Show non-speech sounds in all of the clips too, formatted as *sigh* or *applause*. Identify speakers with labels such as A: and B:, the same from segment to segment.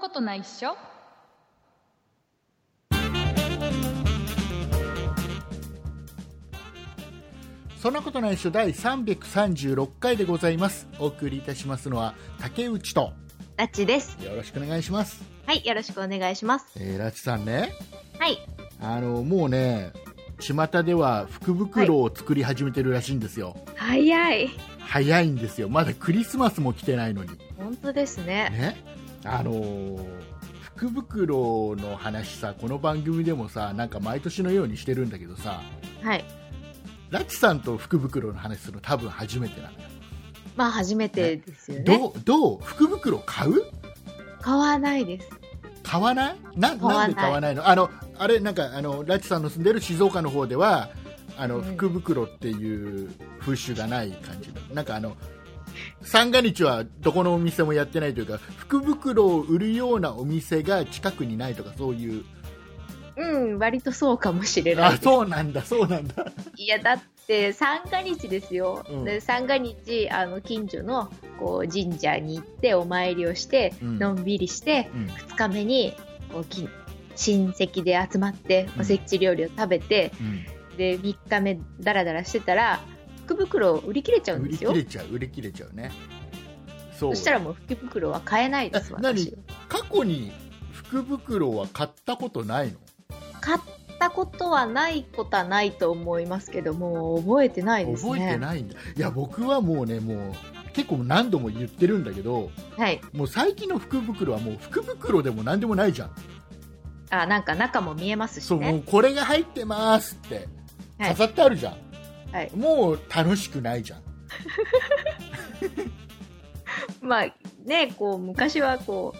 A: ことないっしょ
B: そんなことないっしょ第336回でございますお送りいたしますのは竹内と
C: ラッチです。
B: よろしくお願いします、
C: はい、よろしくお願いします。
B: えー、ラチさんね
C: はい。
B: あのもうね巷では福袋を作り始めてるらしいんですよ、
C: 早い。
B: 早いんですよまだクリスマスも来てないのに
C: 本当ですね。
B: ねあのー福袋の話さこの番組でもさなんか毎年のようにしてるんだけどさ
C: はい。
B: ラチさんと福袋の話するの多分初めてなのよ
C: まあ、初めてですよね。
B: どうどう福袋買う
C: 買わないです。
B: 買わないな
C: 買わ
B: な
C: ない
B: んで買わないのあのあれなんかあのラチさんの住んでる静岡の方ではあの、
C: うん
B: 福袋っていう風習がない感じなんかあの三が日はどこのお店もやってないというか福袋を売るようなお店が近くにないとかそういう
C: うん、割とそうかもしれな
B: あ
C: い。
B: そうなんだそうなんだ
C: いや、だって、三が日ですよ。
B: うん
C: で三が日、あの、近所の、こう、神社に行って、お参りをして、
B: うん
C: のんびりして、
B: うん
C: 二日目に、こう、き親戚で集まって
B: う、ん
C: おせち料理を食べて、で、三日目、だらだらしてたら、福袋を売り切れちゃうん
B: 売
C: で
B: り
C: すよ
B: 切。れちゃう売り切れちゃうねそう
C: そしたらもう福袋は買えないです
B: え
C: 私
B: 過去に福袋は買ったことないの
C: 買ったことはないことはないと思いますけどもう覚えてないですね
B: 覚えてないんだいや僕はもうねもう結構何度も言ってるんだけど
C: はい
B: もう最近の福袋はもう福袋でも何でもないじゃん
C: あなんか中も見えますし
B: そう、も
C: ね
B: うこれが入ってますって
C: はい
B: 飾ってあるじゃん、
C: はい
B: もう楽しくないじゃん
C: まあねこう昔はこ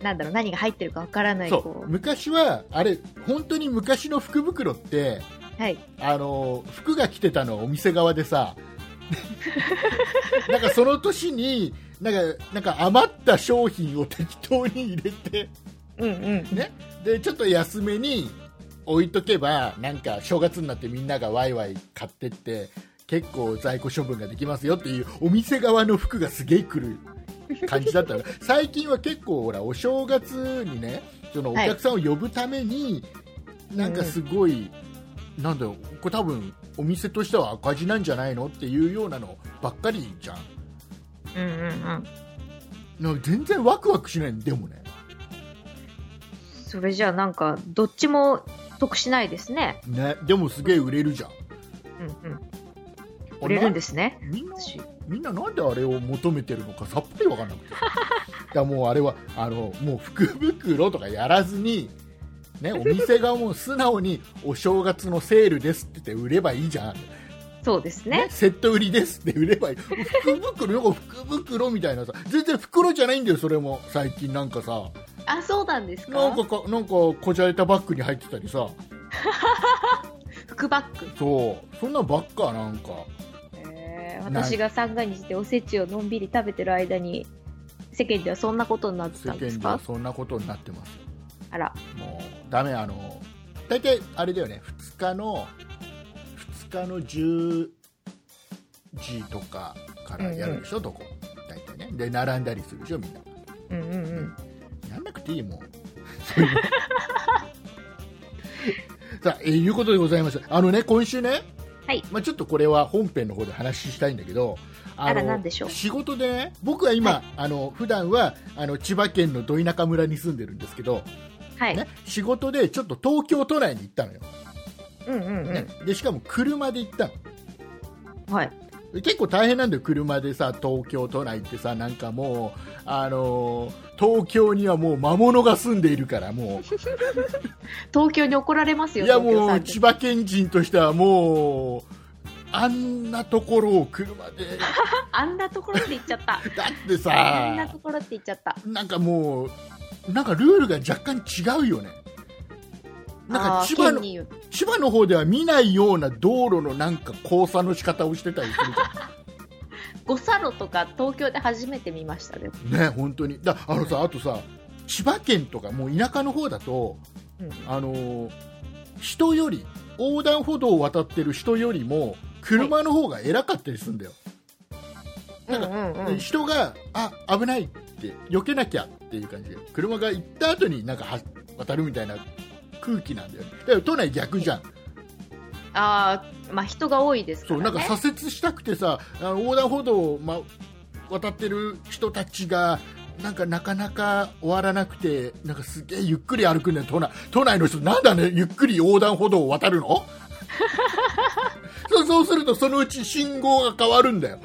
C: うなんだろう何が入ってるかわからない
B: そ
C: こ
B: う昔はあれ本当に昔の福袋って
C: うはい
B: あの服が着てたのはお店側で
C: *laughs*
B: さなんかその年になんかなんか余った商品を適当に入れて
C: うんうん
B: ねでちょっと安めに置いとけばなんか正月になってみんながワイワイ買ってって結構在庫処分ができますよっていうお店側の服がすげえ来る感じだ
C: *laughs*
B: ったの最近は結構ほらお正月にねそのお客さんを呼ぶために、なんかすごい、なんだよこれ多分お店としては赤字なんじゃないのっていうようなのばっかりじゃん
C: うんうんうん
B: なんか全然ワクワクしないでもね
C: それじゃあなんかどっちも得しないですね
B: ねでもすげえ売れるじゃん
C: うんうん売れるんですね
B: みんな
C: 私
B: みんななんであれを求めてるのかさっぱり分かんなくて *laughs* だからもうあれはあのもう福袋とかやらずに、ね、お店側も素直にお正月のセールですって言って売ればいいじゃん、
C: そうですね
B: セット売りですって売ればいい福袋よく福袋みたいなさ全然袋じゃないんだよそれも最近なんかさ
C: あそうなんですか
B: なんかかなんかこじゃれたバッグに入ってたりさ
C: 福バッグ
B: そうそんなんばっかなんか
C: えー
B: ない
C: 私が三が日でおせちをのんびり食べてる間に世間ではそんなことになって
B: 世
C: たんです
B: 間では
C: か
B: そんなことになってますよ
C: あら
B: もうダメあの大体あれだよね2日の2日の10時とかからやるでしょ、どこ大体ねで並んだりするでしょみんな
C: うんうんうん
B: やんなくてい
C: *laughs*
B: いもんそういうのさあ、えーいうことでございますあのね今週ね、
C: はい
B: まあ、ちょっとこれは本編の方で話したいんだけどあの
C: あら何でしょう
B: 仕事でね僕は今、
C: は
B: あの普段はあの千葉県の土田舎村に住んでるんですけど、
C: はい、
B: ね、仕事でちょっと東京都内に行ったのよ、
C: うんうんうん、
B: ねでしかも車で行ったの
C: はい
B: で結構大変なんだよ車でさ東京都内ってさなんかもう、あのー東京にはもう魔物が住んでいるからも
C: 東京に怒られます
B: う
C: よ
B: いや
C: 東京
B: も
C: さ
B: うん千葉県人としてはもうあんなところを車で
C: あんなところって言
B: *laughs*
C: っちゃった
B: だって
C: あんな
B: さ
C: ところって言っちゃった
B: なんかもうなんかルールが若干違うよねなん
C: あ
B: か
C: ー
B: 千葉の
C: 県によって
B: 千葉の方では見ないような道路のなんか交差の仕方をしてたりするじゃん
C: 五差路とか東京で初めて見ましたね
B: ね本当にだあのさあとさ千葉県とかもう田舎の方だと
C: うんうん
B: あのー人より横断歩道を渡ってる人よりも車の方が偉かったりするんだよ、
C: うんうん
B: で人があ危ないってって避けなきゃっていう感じで車が行った後になんかは渡るみたいな空気なんだよねだから都内逆じゃん
C: ああ、まあ人が多いですか
B: そう
C: ら
B: なんか
C: ね。
B: 左折したくてさあの横断歩道を、ま、渡ってる人たちがなんかなかなか終わらなくてなんかすげえゆっくり歩くんだよ都内都内の人なんだねゆっくり横断歩道を渡る
C: *laughs*
B: のそうそうするとそのうち信号が変わるんだよ、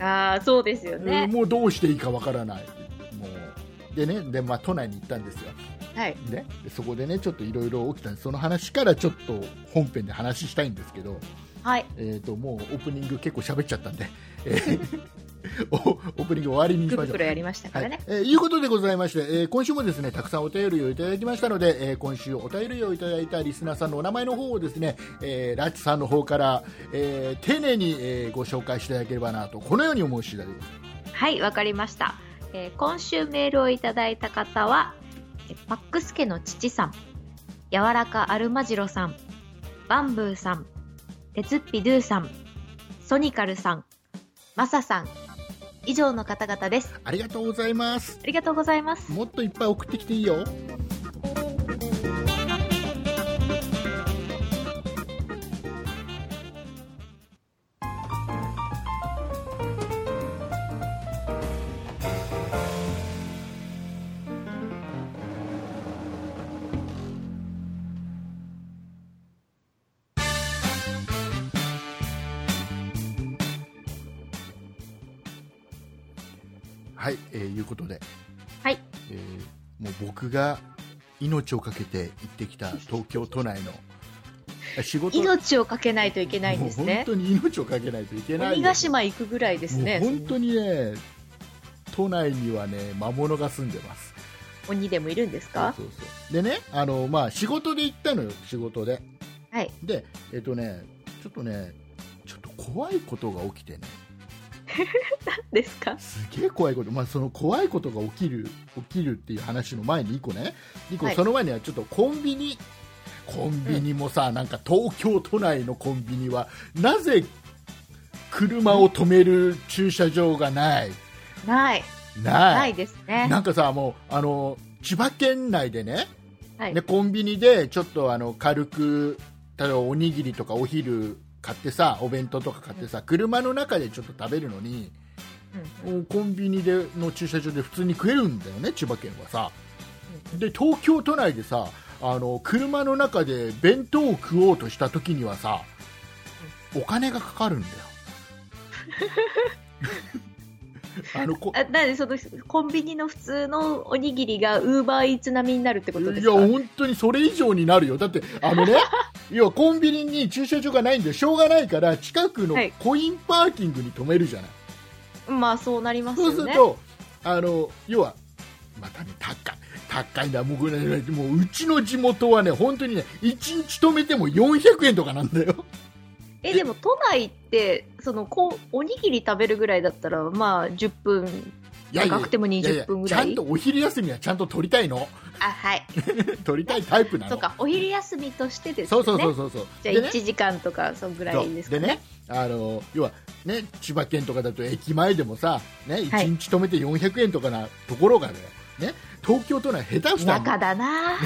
C: ああ、そうですよ
B: うん
C: ね。
B: もうどうしていいかわからないもうでねで、まあ、都内に行ったんですよ
C: はい。
B: ね、でそこでねちょっといろいろ起きたんでその話からちょっと本編で話したいんですけど、
C: はい。
B: えー、ともうオープニング結構喋っちゃったんで、えー *laughs* おオープニング終わりに
C: く
B: しま
C: る
B: しょ
C: く
B: う
C: る。やりましたか
B: は
C: ら
B: い
C: ね。
B: えーいうことでございまして、えー今週もですねたくさんお便りをいただきましたので、えー今週お便りをいただいたリスナーさんのお名前の方をですね、えーラッチさんの方から、えー丁寧に、えーご紹介していただければなとこのように思う次第でございます
C: はい、わかりました。えー今週メールをいただいた方は、えパックスケの父さん、柔らかアルマジロさん、バンブーさん、鉄っぴドゥさん、ソニカルさん、マサさん、以上の方々です。
B: ありがとうございます
C: ありがとうございます。
B: もっといっぱい送ってきていいよはい、えーいうことで
C: はい。
B: えーもう僕が命をかけて行ってきた東京都内
C: *laughs*
B: のあ仕事
C: 命をかけないといけないんです
B: もう本
C: ね。
B: 当に命をかけないといけない
C: 鬼
B: よ
C: ヶ島行くぐらいですね
B: も。う本当にね都内にはね魔物が住んでます
C: 鬼でもいるんですか
B: そうそうそうでねあの、まあ、仕事で行ったのよ仕事で
C: はい。
B: でえっ、とねちょっとねちょっと怖いことが起きてね
C: ですか
B: すげえ怖いこと、まあ、その怖いことが起きる起きるっていう話の前に1個ね一個
C: はい
B: その前にはちょっとコンビニ、コンビニもさ、なんか東京都内のコンビニはなぜ車を止める駐車場がない、
C: ない。
B: な
C: ないいですね。
B: なんかさもうあの千葉県内でね
C: はい
B: ね。コンビニでちょっとあの軽く例えばおにぎりとかお昼買ってさお弁当とか買ってさ車の中でちょっと食べるのに、
C: うんうん
B: もうコンビニでの駐車場で普通に食えるんだよね、千葉県はさ。で、東京都内でさ、あの車の中で弁当を食おうとした時にはさ、お金がかかる
C: *laughs*
B: んだよ。あのこ
C: あなんでそのコンビニの普通のおにぎりがウーバーイーツ並みになるってことで
B: い
C: す
B: や
C: か
B: 本当にそれ以上になるよ、だって、あ
C: *laughs*
B: のねいやコンビニに駐車場がないんでしょうがないから近くの
C: はい
B: コインパーキングに止めるじゃない、
C: まあそうなります
B: そうす
C: よ
B: る
C: ね。
B: と、あの要は、またね、高い、高いんだ、もう,、ね、もううちの地元はね、本当にね、1日止めても400円とかなんだよ、
C: えでも都内ってそのこうおにぎり食べるぐらいだったらまあ10分
B: いやいや
C: 長くても
B: いやい
C: 20
B: や
C: 分ぐ
B: ち
C: ら
B: ゃ
C: い
B: んとお昼休みはちゃんと取りたいの、
C: あはい
B: 取りたいタイプなの、
C: そうかお昼休みとしてですね
B: そうそうそうそうそう、
C: じゃ
B: で
C: あ
B: ね
C: 1時間とかそんぐらいです
B: そ
C: か
B: うで
C: ね
B: ねあの要はね千葉県とかだと駅前でもさ、ね、
C: はい
B: 1日止めて400円とかなところがね、ね東京都内、下手したら
C: 田舎だな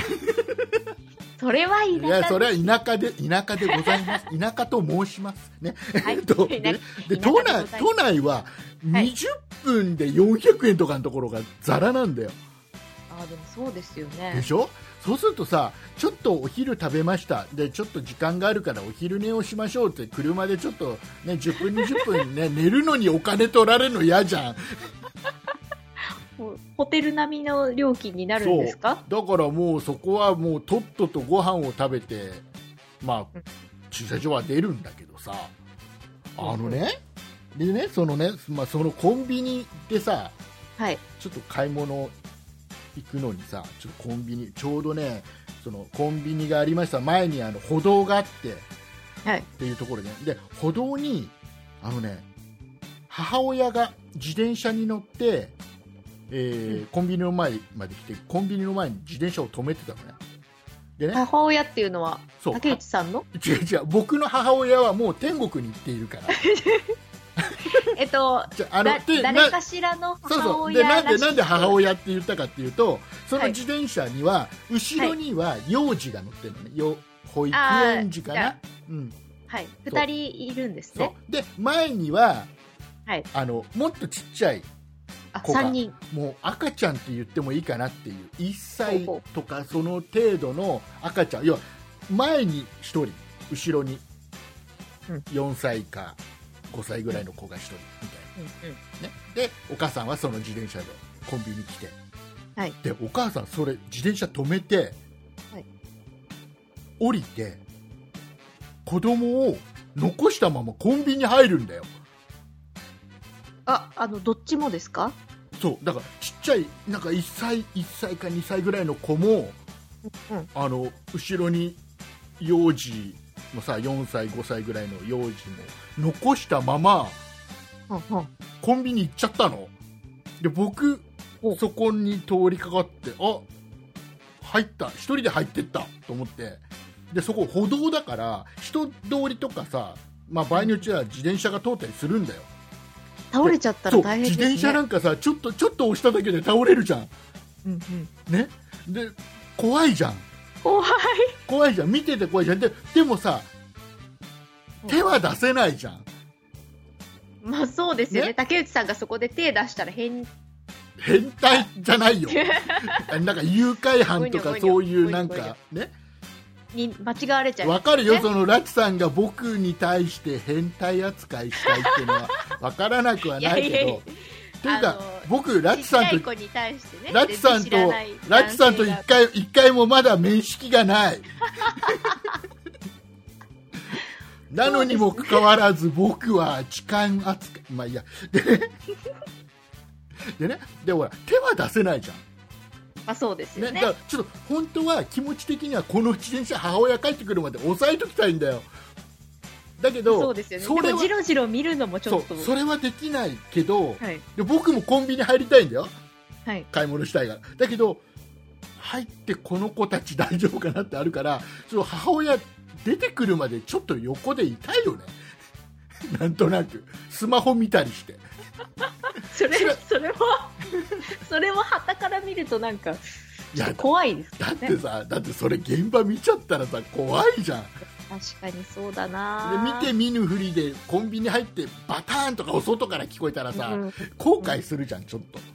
C: それはい
B: や
C: 田
B: そ
C: 舎
B: れは田舎で田舎でございます *laughs* 田舎と申しますね、
C: はい
B: *laughs* えっとで
C: 田
B: で
C: 舎田舎で
B: 都
C: ござい
B: 内
C: ます
B: 都内は
C: はい
B: 20分で400円とかのところがザラなんだよ、
C: あでもそうですよ
B: で
C: ね
B: しょそうするとさちょっとお昼食べましたでちょっと時間があるからお昼寝をしましょうって車でちょっと、ね、10分20分、ね、寝るのにお金取られるの嫌じゃん
C: もうホテル並みの料金になるんですか
B: だからもうそこはもうとっととご飯を食べて、ま
C: う
B: あ
C: ん、
B: 駐車場は出るんだけどさあのね、でねそのね、まあ、そのコンビニでさ
C: はい
B: ちょっと買い物行くのにさちょっとコンビニちょうどねそのコンビニがありました前にあの歩道があって
C: はい
B: っていうところで、ね、で歩道にあのね母親が自転車に乗って、えー
C: うん
B: コンビニの前まで来てコンビニの前に自転車を止めてたのねでね
C: 母親っていうのは
B: そう *laughs*
C: 竹内さんの
B: 違う違う僕の母親はもう天国に行っているから
C: えっと、
B: じゃああの
C: だ
B: で
C: 誰
B: な
C: かしらの
B: そう
C: 母
B: そうで
C: 親ら
B: な
C: し
B: ん
C: く
B: でなんで母親って言ったかっていうとその
C: はい
B: 自転車には後ろには幼児が乗ってるのね、よ保育園児か
C: あー
B: な、うん、
C: はい、二人いるんです
B: そう
C: ね。
B: で前には
C: はい、
B: あのもっとちっちゃい
C: あ、
B: 子が
C: 三人。
B: もう赤ちゃんって言ってもいいかなっていう1歳
C: ほうほ
B: とかその程度の赤ちゃん要は前に1人後ろに
C: うん
B: 4歳か5歳ぐらいの子が1人み
C: うんうん。
B: たいな、ね、でお母さんはその自転車でコンビニ来て、
C: はい
B: でお母さんそれ自転車止めて、
C: はい
B: 降りて子供を残したままコンビニ入るんだよ
C: あ、あの、どっちもですか。
B: そうだからちっちゃいなんか1歳1歳か2歳ぐらいの子も、
C: うん
B: あの後ろに幼児のさ4歳5歳ぐらいの幼児も残したまま
C: うんうん。
B: コンビニ行っちゃったので僕
C: お
B: そこに通りかかってあ入った一人で入ってったと思ってでそこ歩道だから人通りとかさ、まあ、場合によっては自転車が通ったりするんだよ
C: 倒れちゃった
B: そ
C: ら
B: う
C: 大変で
B: 自
C: すね。
B: 転車なんかさちょっとちょっと押しただけで倒れるじゃん
C: うんうん。
B: ねで怖いじゃん
C: 怖い。
B: 怖いじゃん見てて怖いじゃんででもさ手は出せないじゃん
C: まあ、そうですよね
B: ね
C: 竹内さんがそこで手出したら変。
B: 変態じゃ
C: *laughs*
B: ないよなんか誘拐犯とかそういうなん
C: ごにょごにょごにょごにょ
B: かね
C: に間違われちゃう。
B: わかるよ
C: ね
B: そのラチさんが僕に対して変態扱いしたいっていうの
C: *laughs*
B: はわからなくはないけ
C: いやいやい
B: ど
C: や
B: という
C: あ
B: か
C: の
B: 僕ラチ
C: ちっ
B: さ
C: ちゃ
B: ん
C: い
B: と
C: 子に対してね。
B: ラチさん
C: 全然知
B: と
C: らない
B: ラチさんと一
C: 男性が
B: 回一回もまだ面識が
C: *laughs*
B: ない。なのにもかかわらず僕は痴漢扱いまあいいやで *laughs* でねでほら手は出せないじゃん
C: まあ、そうですよ
B: ね
C: ね
B: だ。からちょっと本当は気持ち的にはこの自転車母親帰ってくるまで抑えときたいんだよだけど
C: そうですよね。
B: そ
C: で
B: れ
C: も
B: は
C: じろじろ見るのもちょっ
B: そ
C: と。
B: うそれはできないけど、
C: はい。
B: で僕もコンビニ入りたいんだよ
C: はい。
B: 買い物したいからだけど入ってこの子たち大丈夫かなってあるからその母親出てくるまでちょっと横でいたいよね *laughs* なんとなくスマホ見たりして
C: それ
B: それ、
C: それも。 *laughs* それも旗から見ると、なんか。
B: いや
C: 怖いです
B: だっ
C: ね
B: てさだってそれ現場見ちゃったらさ怖いじゃん
C: 確かにそうだ
B: で
C: な
B: 見て見ぬふりでコンビニ入ってバターンとかお外から聞こえたらさ、
C: うん
B: 後悔するじゃんちょっとだか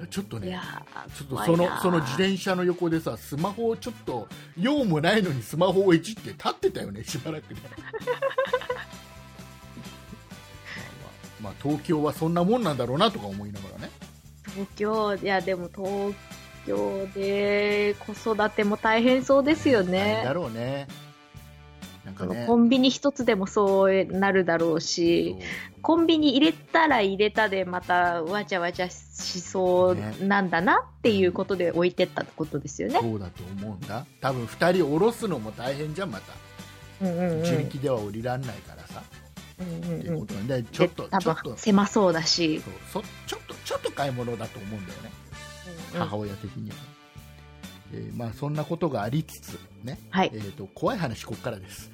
B: らちょっと
C: い
B: ね
C: やー
B: ちょっと
C: 怖
B: そ
C: いな
B: のその自転車の横でさスマホをちょっと用もないのにスマホをいじって立ってたよね *laughs* しばらくねまあまあ、まあ東京はそんなもんなんだろうなとか思いながらね
C: 東京いやでも東京で子育ても大変そうですよ
B: 大変だ
C: ね
B: ろうねなん
C: あ
B: か
C: の
B: ね
C: コンビニ一つでもそうなるだろうしコンビニ入れたら入れたでまたわちゃわちゃしそうなんだなっていうことで置いてったってことですよね
B: そう。そうだと思うんだ多分2人降ろすのも大変じゃんまた
C: うんうんうん
B: 自力では降りらんないからさ、
C: うんうん
B: っていう
C: う
B: こ
C: ん
B: となんでちょっと
C: で多
B: ちょっ
C: 分
B: と
C: 狭そうだし、
B: そうそちょっとちょっと買い物だと思うんだよね、
C: うんうん
B: 母親的には、えーまあ、そんなことがありつつ、ね
C: はい
B: えー、と怖い話ここからです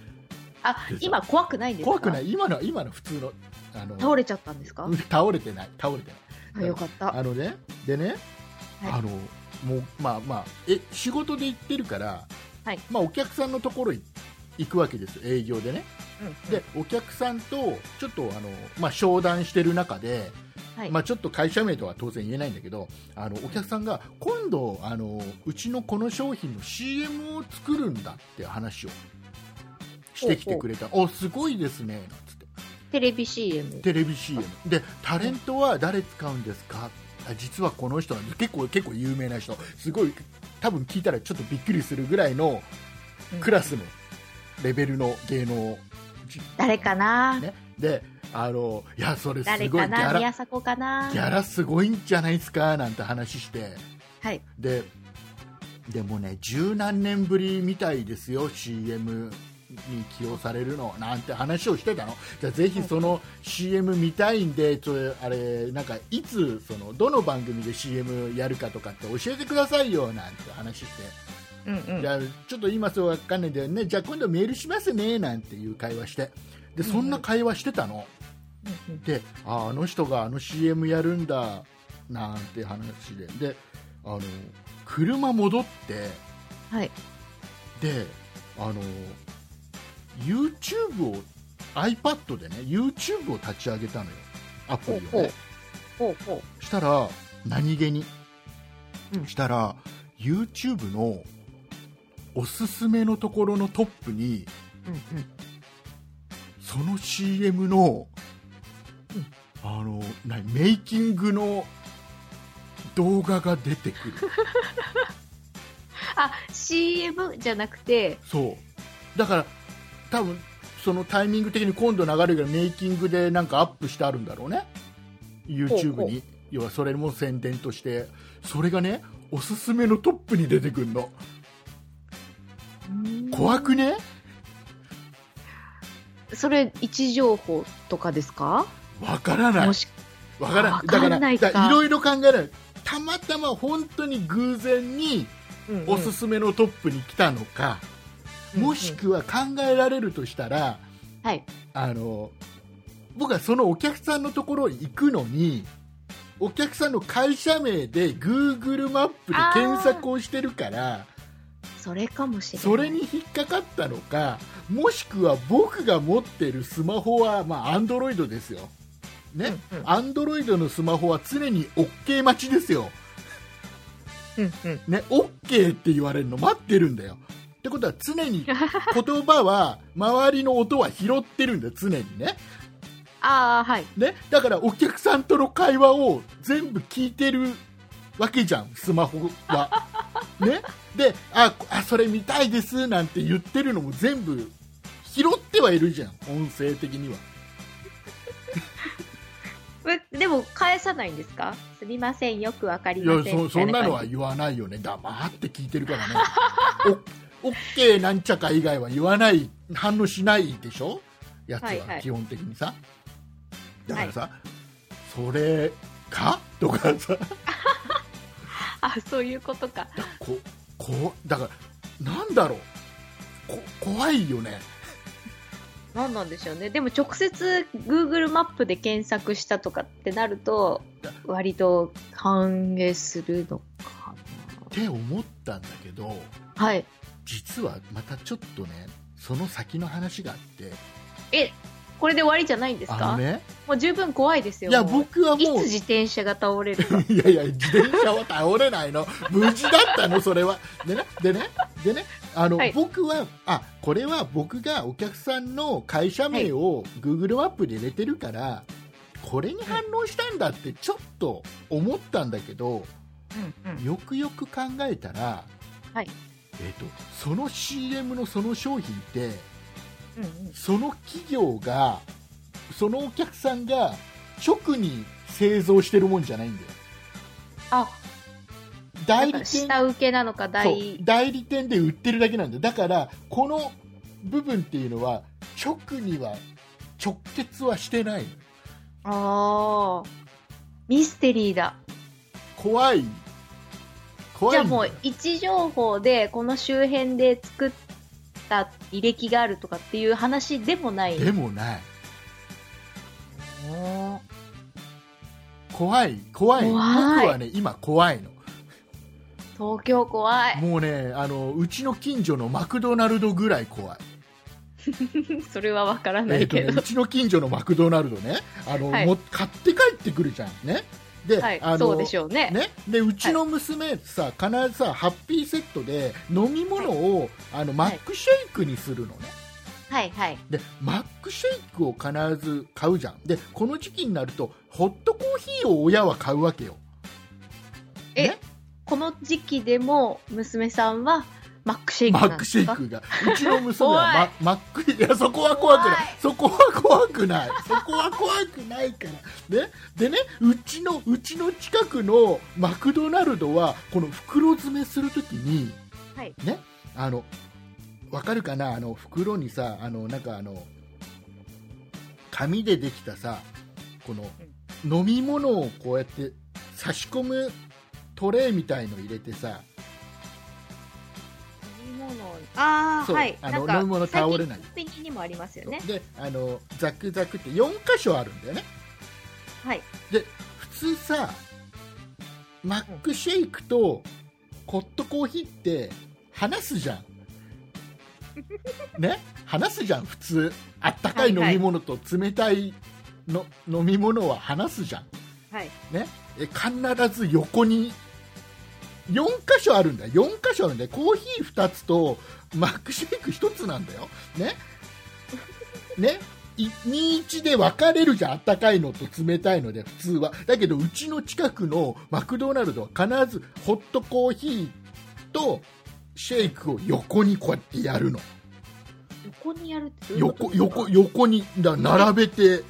C: あ今怖くないんですか
B: 怖くない今のは今の普通のあの
C: 倒れちゃったんですか
B: うん倒れてない倒れてない
C: あよかった
B: あのねでね、
C: はい
B: あのもうまあまあえ仕事で行ってるから、
C: はい
B: まあ、お客さんのところに行くわけですよ営業でねでお客さんとちょっとあの、まあ、商談してる中で、
C: はい
B: まあ、ちょっと会社名とは当然言えないんだけどあのお客さんが今度あのうちのこの商品の CM を作るんだって話をしてきてくれたおすごいですねなんつって
C: テレビ CM
B: テレビ CM でタレントは誰使うんですかあ実はこの人なんです結構結構有名な人すごい多分聞いたらちょっとびっくりするぐらいのクラスのレベルの芸能人
C: 誰かな、
B: ね、であのいやそれすごい
C: 誰
B: ギ
C: かな
B: ャラ
C: 宮迫かな
B: ギャラすごいんじゃないですかなんて話して
C: はい
B: ででもね十何年ぶりみたいですよ CM に起用されるのなんて話をしてたのじゃあぜひその CM 見たいんでちょあれなんかいつそのどの番組で CM やるかとかって教えてくださいよなんて話して
C: うん
B: じゃあちょっと今そうわかんないんだよねじゃあ今度メールしますねなんていう会話してでそんな会話してたの、
C: うんうん
B: でああの人があの CM やるんだなんて話でであの車戻って
C: はい
B: であの YouTube を iPad でね YouTube を立ち上げたのよアプ
C: ほ
B: リ
C: う
B: を
C: ほう
B: ね
C: ほうほ
B: したら何気に、
C: うん
B: したら YouTube のおすすめのところのトップに
C: ううんうん
B: その CM の、
C: うん
B: あの何メイキングの動画が出てく
C: *laughs*
B: る
C: あ CM じゃなくて
B: そうだから多分そのタイミング的に今度流れるメイキングでなんかアップしてあるんだろうね YouTube に
C: ほうほ
B: 要はそれも宣伝としてそれがねおすすめのトップに出てくるの怖くね
C: それ位置情報とかですか
B: わからない
C: もし
B: わからない
C: わか
B: だから
C: んないか
B: だからいろいろ考えられるたまたま本当に偶然におすすめのトップに来たのか、もしくは考えられるとしたら
C: はい
B: あの僕はそのお客さんのところに行くのにお客さんの会社名で Google マップで検索をしてるから
C: それかもしれない
B: それに引っかかったのかもしくは僕が持ってるスマホはまあ Android ですよね、
C: うんうん
B: アンドロイドのスマホは常に OK 待ちですよ、
C: うんうん
B: ね、OK って言われるの待ってるんだよ。ってことは常に言葉は周りの音は拾ってるんだよ常にね
C: ああはい
B: ねだからお客さんとの会話を全部聞いてるわけじゃんスマホは。ね、でああそれ見たいですなんて言ってるのも全部拾ってはいるじゃん音声的には。
C: えでも返さないんですかすみませんよくわかり
B: いや
C: ません
B: そそんなのは
C: み
B: 言わないよね黙って聞いたいな感じ聞いてるからね *laughs* お OK なんちゃか以外は言わない反応しないでしょやつ
C: はいは
B: はい基本的にさ、だからさ、それかとかさ
C: *laughs* たいな感じあそういうことか
B: だここだからなんだろうこ怖いよね
C: 何なんでしょうねでも直接 Google マップで検索したとかってなると割と反映するのか
B: って思ったんだけど
C: なはい
B: 実はまたちょっとねその先の話があって
C: えこれで終わりじゃないんです
B: あ
C: か
B: のね
C: もう十分怖いですよ
B: いや
C: もう
B: 僕はいもう
C: つ自転車が倒れ
B: *laughs*
C: るか
B: いやいや、自転車は倒れないの、無事だったの、それは。でね、でね、でねあの、
C: はい
B: 僕は、あこれは僕がお客さんの会社名を Google マップで入れてるから、これに反応したんだってちょっと思ったんだけど、
C: うんうん
B: よくよく考えたら、
C: はい
B: えっとその CM のその商品って、
C: うんうん
B: その企業が、そのお客さんが直に製造してるもんじゃないんだよ。
C: あ
B: 代
C: なん
B: 理
C: か
B: 店
C: 下請けなのか
B: そう
C: 代
B: 代理店で売ってるだけなんだよだからこの部分っていうのは直には直結はしてないの
C: ああミステリーだ
B: 怖い怖
C: じ
B: い
C: ゃ
B: ん
C: あ
B: だよ
C: もう位置情報でこの周辺で作った履歴があるとかっていう話でもない
B: でもない
C: おー
B: 怖い怖い
C: 怖い
B: 僕はね今怖いの
C: 東京怖い *laughs*
B: もうねあのうちの近所のマクドナルドぐらい怖い、
C: それはわからな
B: え
C: い
B: っと
C: け
B: ね、
C: ど、
B: うちの近所のマクドナルドねあの、
C: はい
B: もう買って帰ってくるじゃんねで、
C: *laughs* は
B: あ
C: い
B: の
C: そうでしょうね
B: ね、でうちの娘さ、必ずさハッピーセットで飲み物を、あのマックシェイクにするのね、
C: はいはい
B: でマックシェイクを必ず買うじゃんでこの時期になるとホットコーヒーを親は買うわけよ
C: え、
B: ね
C: この時期でも娘さんはマックシェイク
B: マ
C: な
B: ッ
C: んで
B: クシェ
C: す
B: イ
C: か
B: クがうちの娘は、ま、マックいやそこは怖くない
C: 怖い
B: そこは怖くないそこは怖くないからねでねうちのうちの近くのマクドナルドはこの袋詰めするときに、
C: はい
B: ねあのわかるかなあの袋にさあのなんかあの紙でできたさこの飲み物をこうやって差し込むトレイみたいの入れてさ
C: 飲み物をああ
B: そう
C: はい
B: あ
C: な
B: の
C: んか
B: 飲み物倒れない
C: 最近コンビニにもありますよね
B: であのザクザクって4箇所あるんだよね
C: はい
B: 普通さマックシェイクとホットコーヒーって話すじ
C: *laughs*
B: ゃんね話すじゃん普通あったかい飲み物と冷たいの、飲み物は話すじゃん
C: はい
B: ねえ必ず横に4箇所あるんだ4箇所あるんだよコーヒー2つとマックシェイク1つなんだよ
C: *laughs*
B: ねねい21で分かれるじゃんあったかいのと冷たいので普通はだけどうちの近くのマクドナルドは必ずホットコーヒーとシェイクを横にこうやってやるの
C: 横にやるってどういうこと
B: 横横横にだ並べて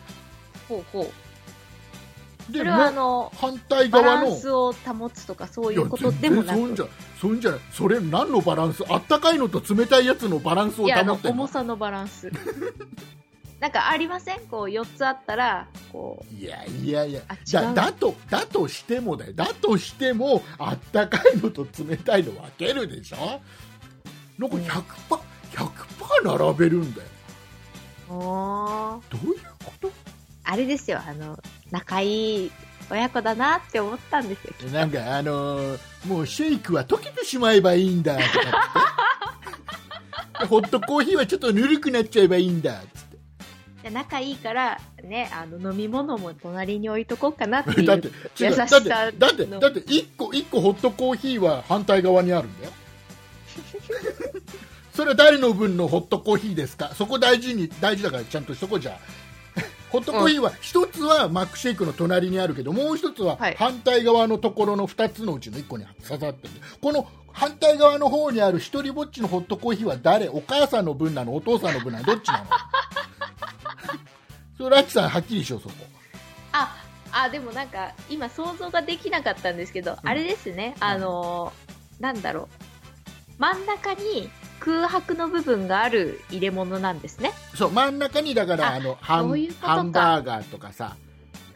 C: ほうほう
B: で
C: それはあ
B: も
C: の
B: 反対
C: バ
B: 側
C: ラ
B: の
C: ンスを保つとかそう
B: い
C: い
B: や
C: うことでもな
B: 全然そんじ
C: く
B: ゃそんじゃないそれ何のバランスあったかいのと冷たいやつのバランスを
C: いやあ
B: 保
C: の
B: ってん
C: 重
B: の
C: さのバラ
B: *laughs*
C: ンスなんかありませんこう4つあったらこ
B: いやいやいや
C: あ違う
B: じゃだとだとしてもだよだとしてもあったかいのと冷たいの分けるでしょなんか100パ100%並べるんだよ
C: うおー
B: どういうこと
C: あれですよあの仲いい親子だなって思ったんですよ
B: なんかあのーもうシェイクは溶けてしまえばいいんだと *laughs* かってホットコーヒーはちょっとぬるくなっちゃえばいいんだっつって
C: いや仲いいからねあの飲み物も隣に置いとこうかなって
B: *laughs*
C: い
B: だって
C: う
B: 違う
C: 優しさ
B: だってだって
C: の
B: だって一個一個ホットコーヒーは反対側にあるんだよそれは誰の分のホットコーヒーですかそこ大事に大事だからちゃんとしとこう
C: *laughs*
B: じゃあホットコーヒーは一つはマックシェイクの隣にあるけどもう一つは
C: はい
B: 反対側のところの二つのうちの一個に刺さってるんだよこの反対側の方にある一人ぼっちのホットコーヒーは誰お母さんの分なのお父さんの分なのどっちなの *laughs* それラッチさんはっきりしようそこ
C: あ *laughs* あでもなんか今想像ができなかったんですけど、あれですねあのーなんだろう真ん中に空白の部分がある入れ物なんですね
B: そう真ん中にだからあ
C: あ
B: のハ
C: そう
B: ン
C: いうことか
B: ハンバーガーとかさ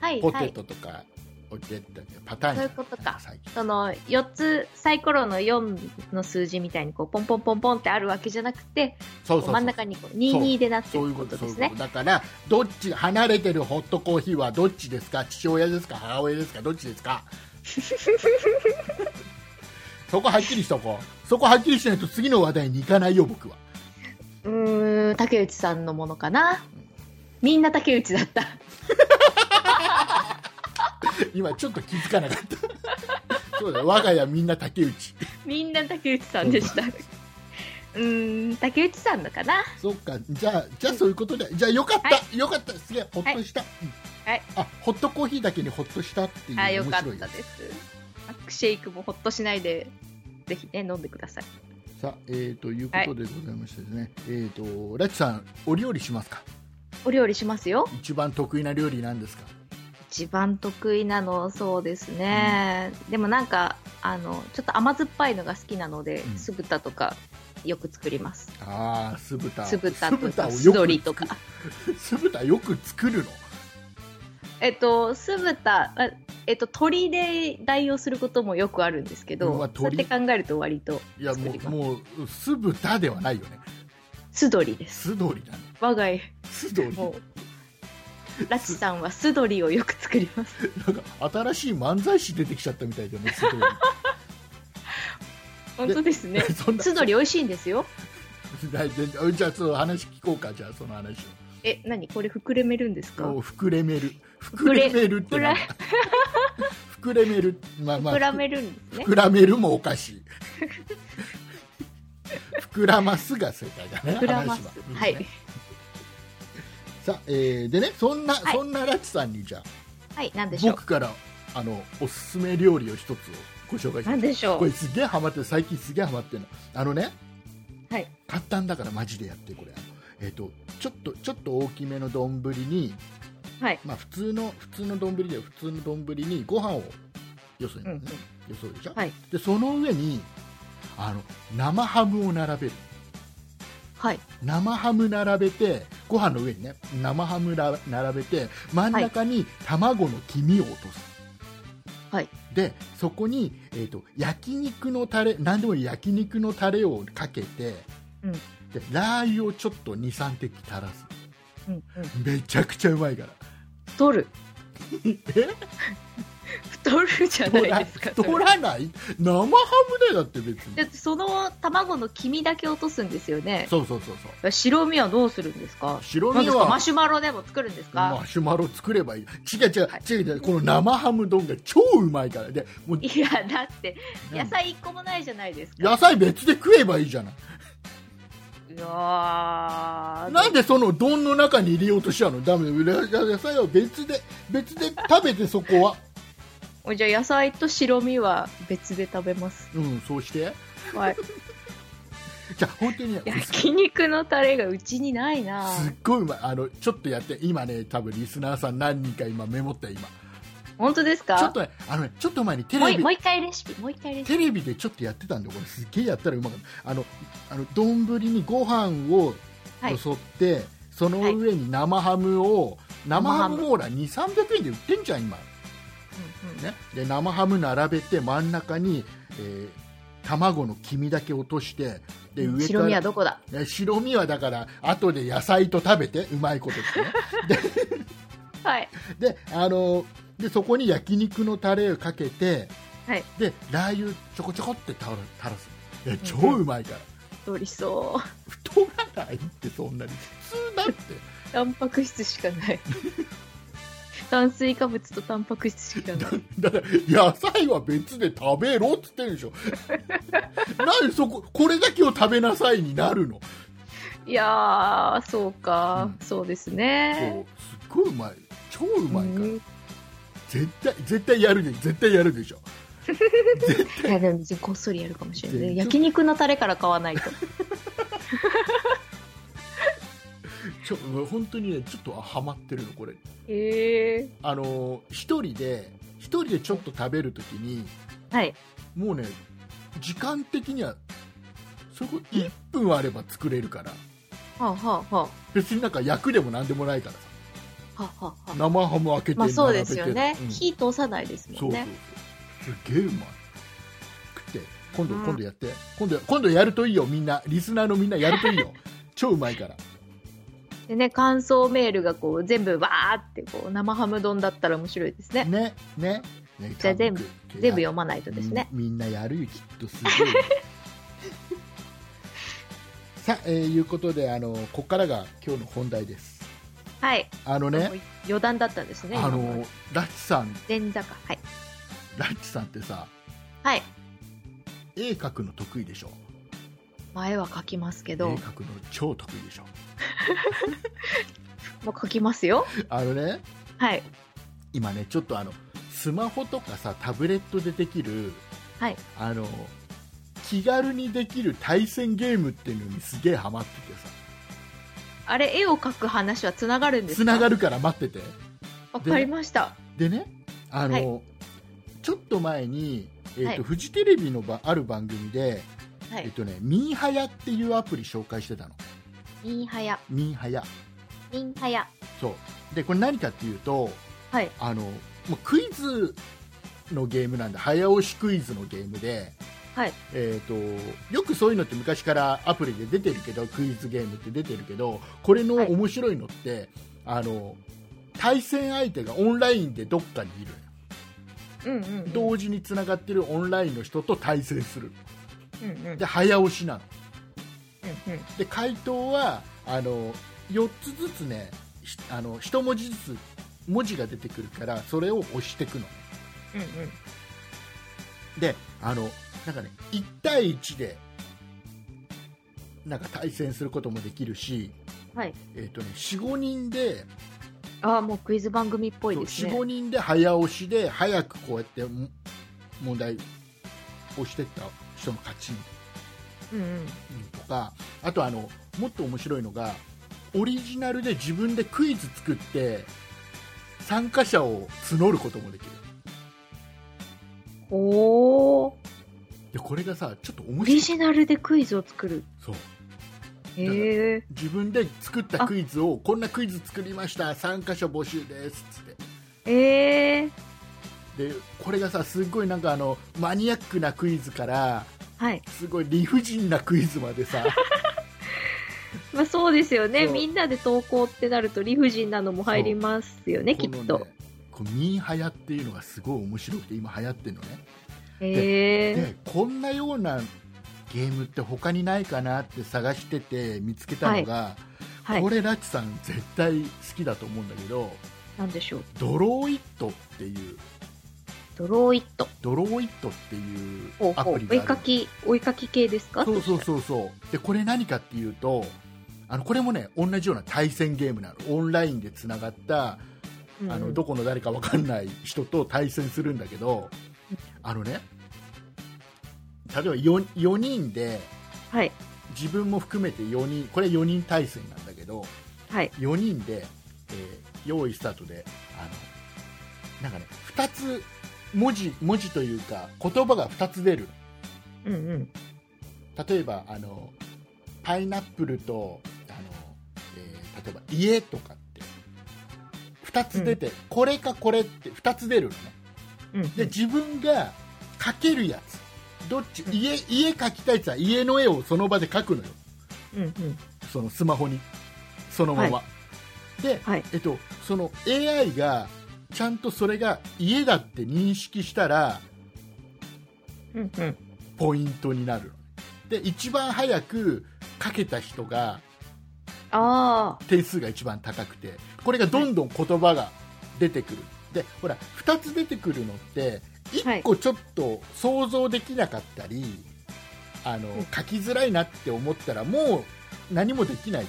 C: はい
B: ポ
C: は
B: テ
C: い
B: トとか置いてったりパターンじゃん
C: そういうことか
B: 最近
C: その4つサイコロの4の数字みたいにこうポンポンポンポンってあるわけじゃなくて
B: そうそうそう
C: 真ん中にこう22でなって
B: そう
C: る
B: い
C: っ
B: う
C: て
B: こ
C: ことと
B: そう
C: で
B: いう
C: す
B: こ
C: ね
B: とだからどっち離れてるホットコーヒーはどっちですか父親ですか母親ですかどっちですかそこはっきりしとこうそこはっきりしないと次の話題に行かないよ僕は
C: うーん竹内さんのものかなみんな竹内だった
B: 今ちょっと気づかなかった
C: *laughs*
B: そうだよ我が家みんな竹内
C: みんな竹内さんでした。うーん、竹内さんのかな。
B: そっかじゃあじゃあそういうことでじゃあよかった、
C: は
B: よかったすげえほっとした、うん
C: はい
B: あホットコーヒーだけにほっとしたっていう
C: あ、よ
B: 面
C: かっ
B: 白い
C: たです。マックシェイクもほっとしないで、ぜひね、飲んでください。
B: さあ、えー、ということでございましてですね、えっ、とラチさんお料理しますか
C: お料理しますよ。
B: 一番得意な料理なんですか
C: 一番得意なの、そうですね。でもなんか、あの、ちょっと甘酸っぱいのが好きなので
B: う、ん
C: 酢豚とか、よく作ります。
B: ああ酢豚
C: 酢豚とか、
B: を
C: 酢
B: よ
C: 鶏
B: く
C: とか。
B: 酢豚よく作るの
C: えっと、酢豚、あえっと、鶏で代用することもよくあるんですけ
B: うわ
C: ど、そうやっ
B: 鶏
C: て考えると割と
B: いや
C: 作
B: も
C: り
B: う
C: ます。
B: もう酢豚ではないよね
C: 酢鶏で
B: 酢
C: す。
B: 鶏だね
C: 我が家
B: 酢鶏
C: もうラチさんは素鶏をよく作ります
B: なんか新しい漫才師出てきちゃったみたいだ
C: *laughs*
B: ね酢鶏
C: 本当です
B: *laughs*
C: ね
B: そんな
C: 素鶏美味しいんですよ
B: 大全然じゃあその話聞こうかじゃあその話
C: え何これ膨れめるんですか
B: を膨れめる膨
C: 膨
B: れ
C: れ
B: めるってなんだ *laughs* 膨れめるまあまあ
C: 膨らめるんですね
B: 膨らめるもおか
C: *laughs*
B: しい膨らますが正解だね
C: 膨らます
B: 話は
C: はい
B: さあ、えーでねそんな、
C: はい
B: そんなラチさんにじゃあ
C: はい何でしょう
B: 僕からあのおすすめ料理を一つをご紹介しま
C: 何
B: す
C: でしょ
B: こ
C: う
B: れすげえハマってる最近すげえハマってるのあのね
C: はい
B: 簡単だからマジでやってこれえっ、とちょっとちょっと大きめの丼に
C: はい
B: まあ普通の普通の丼で普通の丼にご飯をよそに、
C: う
B: ね
C: ん
B: よそでしょ、
C: はい
B: でその上にあの生ハムを並べる
C: はい
B: 生ハム並べてご飯の上にね生ハムら並べて真ん中に卵の黄身を落とす、
C: はい
B: でそこに、えー、と焼肉のタレ何でもいい焼肉のタレをかけて
C: ううん
B: でラー油をちょっと23滴垂らす
C: うんうん、
B: めちゃくちゃうまい
C: *laughs*
B: から
C: 太る
B: *laughs* え
C: *laughs* 太るじゃ
B: 取
C: な
B: ら
C: いですかそれ
B: 取らない生ハムだよだって別
C: だ
B: に
C: ってその卵の黄身だけ落とすんですよね
B: そうそうそうそう
C: 白身はどうするんですか
B: 白
C: なん
B: 身
C: ですかマ
B: は
C: シュマロでも作るんですか
B: マシュマロ作ればいい違う違う
C: はい
B: 違う違うこの生ハム丼が超うまいからでもう
C: いやだって
B: うん
C: 野菜一個もないじゃないですか
B: 野菜別で食えばいいじゃない
C: いやー
B: なんでその丼の中に入れようとしちゃうのダメだ野菜は別で別で食べてそこは
C: じゃあ野菜と白身は別で食べます
B: *laughs* うんそうして
C: はい *laughs*
B: じゃあ本当にね
C: 焼肉のタレがうちにないな
B: すっごいうまいあのちょっとやって今ね多分リスナーさん何人か今メモった今ち
C: 本当です
B: ょっ
C: か
B: とねあのねちょっと前にテ
C: もう
B: レ
C: い
B: ビ
C: もう一回レシピもう一回レシピ
B: テレビでちょっとやってたんでこれすっげえやったらうまかったあのあの丼にご飯を
C: はい
B: よそって、その上に生ハムを生ハム
C: 生ハム
B: もほら2300円で売ってんじゃん今、
C: うんうん
B: ね、で生ハム並べて真ん中に、えー卵の黄身だけ落としてで上から
C: 白身はどこだ
B: ね白身はだから後で野菜と食べてうまいことしてね
C: はい *laughs*
B: であのでそこに焼肉のタレをかけて、
C: はい
B: でラー油ちょこちょこって垂ら垂らすいや超うまいから、
C: 太りそう
B: 太らないってそんなに普通だって
C: タンパク質しかない炭水化物とタンパク質しか
B: *laughs*
C: ない
B: だから野菜は別で食べろっつってるでし
C: *laughs*
B: ょなんでそここれだけを食べなさいになるの
C: いやーそうか、
B: う
C: そうで
B: そ
C: すね
B: うすっごいうまい超うまいから、
C: うん
B: 絶対絶対やるで絶対やるでしょ
C: いやでも別にこっそりやるかもしれな
B: 全
C: い
B: 然
C: 焼肉のタレから買わな
B: *laughs*
C: いと
B: ちょ本当にねちょっとハマってるのこれ
C: へえ
B: あの一人で一人でちょっと食べるときに
C: はい
B: もうね時間的にはそこ1分あれば作れるから
C: はあはあは
B: 別になんか焼くでもなんでもないからさ
C: あはあはあはあ
B: 生ハム開けて
C: ま
B: 並べ
C: あ
B: て
C: そうですよね、
B: うん
C: 火通さないです
B: そうんそう
C: もね
B: すげえうまい食って今度
C: うん
B: 今度やって、今度今度やるといいよみんなリスナーのみんなやるとい
C: *laughs*
B: いよ超うまいから
C: でね感想メールがこう全部わーってこう生ハム丼だったら面白いですね
B: ねねね
C: じゃあ全部
B: 家族
C: 全部読まないとですね
B: みみんなやるよきっとすごい
C: *laughs*
B: さあ、えーいうことであのここからが今日の本題です
C: はい
B: あのね
C: もう余談だったんですね
B: あ
C: 今
B: の
C: は
B: ラッチさん
C: 前座かはい
B: ラッチさんってさ
C: はい
B: 絵描くの得意でしょ
C: 前は書きますけ
B: 絵
C: ど、
B: 描くの超得意でしょ
C: もう書きますよ
B: あのね
C: はい
B: 今ねちょっとあのスマホとかさタブレットでできる、
C: はい
B: あの気軽にできる対戦ゲームっていうのにすげえハマっててさ
C: あれ絵を描く話はつながるんですか
B: つながるから待ってて
C: わかりました
B: でねあの、
C: は
B: ちょっと前に、えーと
C: はい
B: フジテレビのばある番組で、
C: は
B: えっ
C: い
B: とね、ミーハヤっていうアプリ紹介してたの
C: ミンハヤ
B: ミーハヤ
C: ミンハヤ
B: そうでこれ何かっていうと
C: はい
B: あのもうクイズのゲームなんで早押しクイズのゲームで、
C: はい
B: えー、とよくそういうのって昔からアプリで出てるけどクイズゲームって出てるけどこれの
C: はい
B: 面白いのって、あの対戦相手がオンラインでどっかにいる
C: うんうん、うん、
B: 同時につながってるオンラインの人と対戦する
C: うんうんうん
B: で早押しなの
C: うん
B: で回答はあの4つずつねひあの1文字ずつ文字が出てくるからそれを押していくのね
C: うんうん
B: であのなんかね1対1でなんか対戦することもできるし、
C: はい
B: えーとね、45人で
C: ああもうクイズ番組っぽいですね
B: 45人で早押しで早くこうやっても問題押してった人の勝ち
C: うんうん
B: とかあとあのもっと面白いのがオリジナルで自分でクイズ作って参加者を募ることもできる
C: おお
B: でこれがさちょっと
C: オ
B: 面白
C: リ
B: い
C: ジナルでクイズを作る
B: そう
C: へえ
B: 自分で作ったクイズをこんなクイズ作りました参加者募集ですっつって
C: ええ
B: でこれがさすごいなんかあのマニアックなクイズから
C: はい
B: すごい理不尽なクイズまでさ
C: まあ、そうですよね。
B: そう
C: みんなで投稿ってなると理不尽なのも入りますよね、き
B: こ
C: っ
B: のね
C: と。
B: こうミーハヤっていうのがすごい面白くて今流行ってるのね
C: へえ。
B: でこんなようなゲームって他にないかなって探してて見つけたのが、
C: はい
B: こ。れラッチさん絶対好きだと思うんだけど
C: なんでしょう。
B: ドローイットっていう
C: ドローイット。
B: ドローイットっていう
C: ほう
B: ア
C: ほ
B: プ
C: う
B: リがある
C: お絵かき、お絵かき系ですか
B: そうそうそうそうでこれ何かっていうとあのこれもね同じような対戦ゲームなのオンラインでつながった
C: うん
B: あのどこの誰か分かんない人と対戦するんだけどあのね例えば 4, 4人で
C: はい。
B: 自分も含めて4人これ4人対戦なんだけど
C: はい。
B: 4人で、えー用意スタートであのなんかね2つ文字文字というか言葉が2つ出る
C: うんうん。
B: 例えばあのパイナップルとあの、えー例えば家とかって2つ出て、これかこれって2つ出るのね
C: うんうん。
B: で自分が書けるやつどっち家家描きたいやつは家の絵をその場で描くのよ
C: うんうん。
B: そのスマホにそのまま、
C: は
B: で、
C: はい
B: えっと、その AI がちゃんとそれが家だって認識したら
C: うんうん。
B: ポイントになるで一番早くかけた人が
C: ああ。
B: 点数が一番高くてこれがどんどん言葉が出てくる、でほら2つ出てくるのって
C: はい
B: 1個ちょっと想像できなかったり、あの
C: ん
B: 書きづらいなって思ったらもう何もできない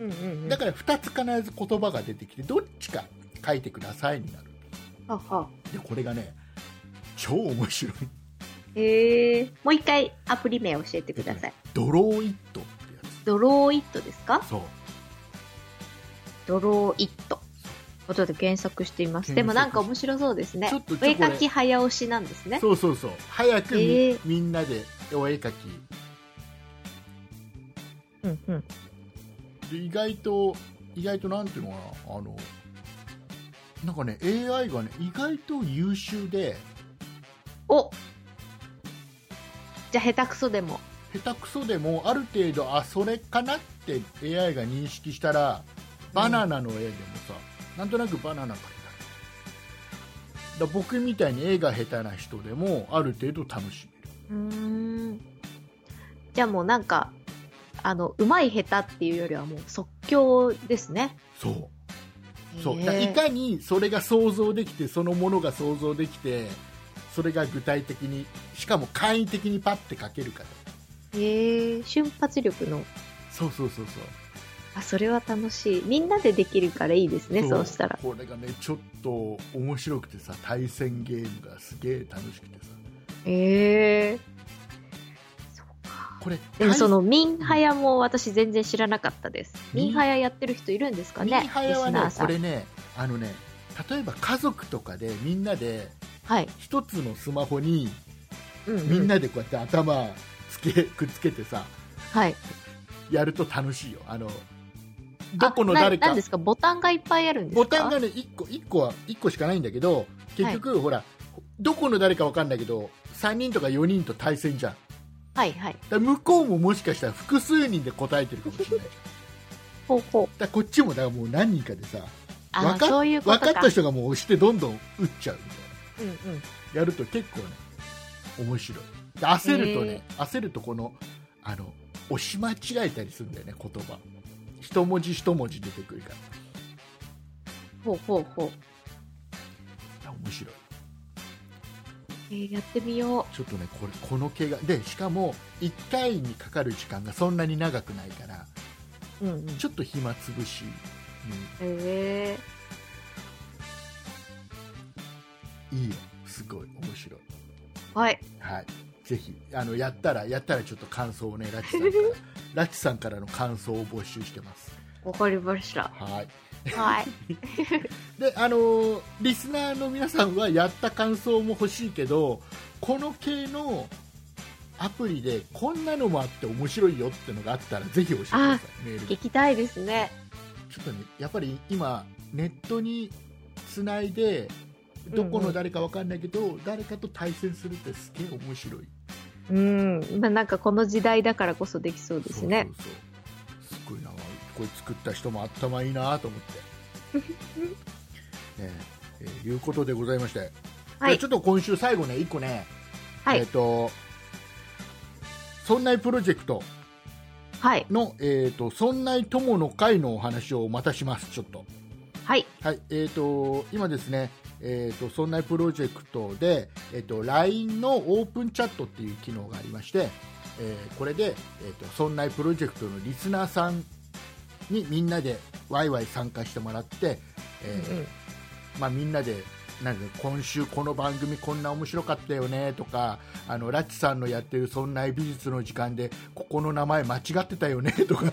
B: じゃん
C: うんうんうん。
B: だから2つ必ず言葉が出てきてどっちか書いてくださいになる
C: はは。
B: でこれがね超面白い
C: へえ。もう一回アプリ名教えてください。
B: ドローイットってや
C: ドローイットですか
B: つそう
C: ドローイット。ことで検索しています。でもなんか面白そうですね
B: ちょっと。ち
C: お
B: ょ
C: 絵
B: っとこれ
C: かき早押しなんですね。
B: そうそうそう早くみ,、
C: えー
B: んなでお絵描
C: うんうん。
B: きで意外と意外となんていうのかなあのなんかね AI がね意外と優秀で
C: おじゃあ下手くそでも。
B: 下手くそでもある程度あそれかなって AI が認識したらバナナの絵でもさ、なんとなくバナナ描いただ僕みたいに絵が下手な人でもある程度楽しめる
C: うん。じゃあもうなんか、あの、うまい下手っていうよりはもう即興ですね。
B: そうそう、
C: へ
B: だから
C: え
B: いかにそれが想像できてそのものが想像できてそれが具体的にしかも簡易的にパッて描けるから
C: へえ瞬発力の。
B: そうそうそうそう
C: あ、それは楽しい。みんなでできるからいいですね、そうしたら。
B: これがねちょっと面白くてさ対戦ゲームがすげえ楽しくてさ
C: へえ
B: これ
C: でもそのミンハヤも私全然知らなかったです。ミンハヤやってる人いるんですか
B: ミ
C: ね
B: ーハヤは
C: リスナ
B: ね
C: ー、さ
B: こ
C: ん
B: れね、あのね、例えば家族とかでみんなで
C: はい。
B: 一つのスマホに
C: うんうん
B: みんなでこうやって頭つけ *laughs* くっつけてさ、
C: はい。
B: やると楽しいよ。あの
C: あ
B: どこの誰
C: な
B: か
C: なんですかボタンがいっぱいあるんですか
B: ボタンがね一個一個は一個しかないんだけど、結局、ほらどこの誰かわかんないけど、三人とか四人と対戦じゃん。だか
C: はいはい。
B: ら向こうももしかしたら複数人で答えてるかもしれない。だか
C: ほうほう。
B: らこっちもだからもう何人かでさ、
C: あ
B: わ
C: あ、
B: かっ
C: そういうこ
B: 分
C: と
B: か
C: か。
B: った人がもう押してどんどん打っちゃうみたいな。
C: うんうん。
B: やると結構ね面白いで焦るとね、焦るとこのあの押し間違えたりするんだよね言葉一文字一文字出てくるか
C: ほうほうほう。
B: ら面白い
C: えーやってみよ
B: ちょっとねこれこの系がでしかも1回にかかる時間がそんなに長くないから
C: う。うんうん。
B: ちょっと暇つぶし
C: へえ
B: にいいよすごい面白い
C: はい。
B: はいぜひあのやったらやったらちょっと感想をねラチさんからラチさんからの感想を募集してます
C: わかりました。
B: はい
C: *laughs* はい。
B: であのーリスナーの皆さんはやった感想も欲しいけどこの系のアプリでこんなのもあって面白いよってのがあったらぜひ教えてくださ
C: あ
B: いメール
C: 聞
B: でち
C: きたいですね。
B: ょっとねやっぱり今ネットにつないでどこの誰かわかんないけど、誰かと対戦するってすげえ面白い
C: うん。まあなんかこの時代だからこそできそうです
B: そ
C: ね。
B: うそうそうすごいなんこれ作った人も頭いいなと思
C: *laughs*
B: って。ねえーいうことでございまして、
C: は
B: じゃあ
C: い
B: ちょっと今週最後ね、一個ね、
C: はい
B: えっ、と、そんないプロジェクト
C: はい
B: の、えっ、と、そんない友の会のお話をまたします、ちょっと。
C: はい
B: はい、えっ、と、今ですね、えっ、と、そんないプロジェクトで、えっ、と、LINE のオープンチャットっていう機能がありまして、えーこれで、えっ、と、そんないプロジェクトのリスナーさんにみんなでワイワイ参加してもらって、えーまあ、みんなで、なんか今週この番組こんな面白かったよねとか、あの、ラッチさんのやってるそんない美術の時間で、ここの名前間違ってたよねとか、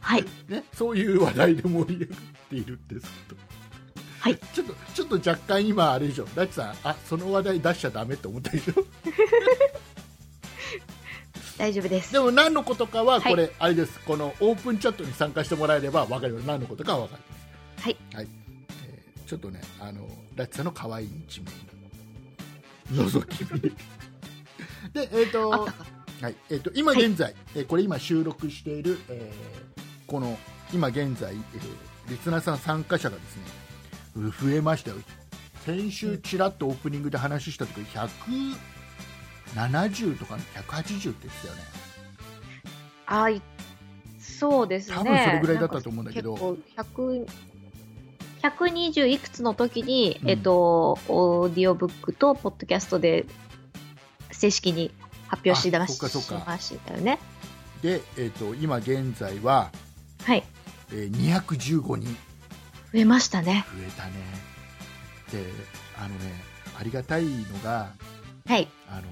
C: はい
B: ね、そういう話題で盛り上がっているんですけど、
C: はい、
B: ちょっとちょっと若干今、あれでしょ、ラチさん、あその話題出しちゃだめって思ったで
C: *laughs*
B: しょ、
C: 大丈夫です
B: でも何のことかは、
C: はい
B: これ、あれです、このオープンチャットに参加してもらえれば分かります、何のことかは分かります。
C: はい、
B: はいえーちょっとね、あのラチさんの可愛い一
C: *laughs*
B: 面の覗き見 *laughs* で、えっと
C: あったか
B: はいえー、と今
C: はい
B: 現在、えーこれ今収録している、えーこの今現在、えーリスナーさん参加者がですねう増えましたよ先週ちらっとオープニングで話した時170とか180って言ってたよね
C: あいそうですね
B: 多分それぐらいだったと思うんだけど
C: なんか結構100 120いくつの時に、
B: うん
C: えっと、オーディオブックとポッドキャストで正式に発表し
B: あ
C: だし
B: そっかそっか
C: ましたよね。
B: で、えー、と今現在は、
C: はい。
B: えー215人
C: 増えましたね。
B: 増えたねであのねありがたいのが
C: はい。
B: あの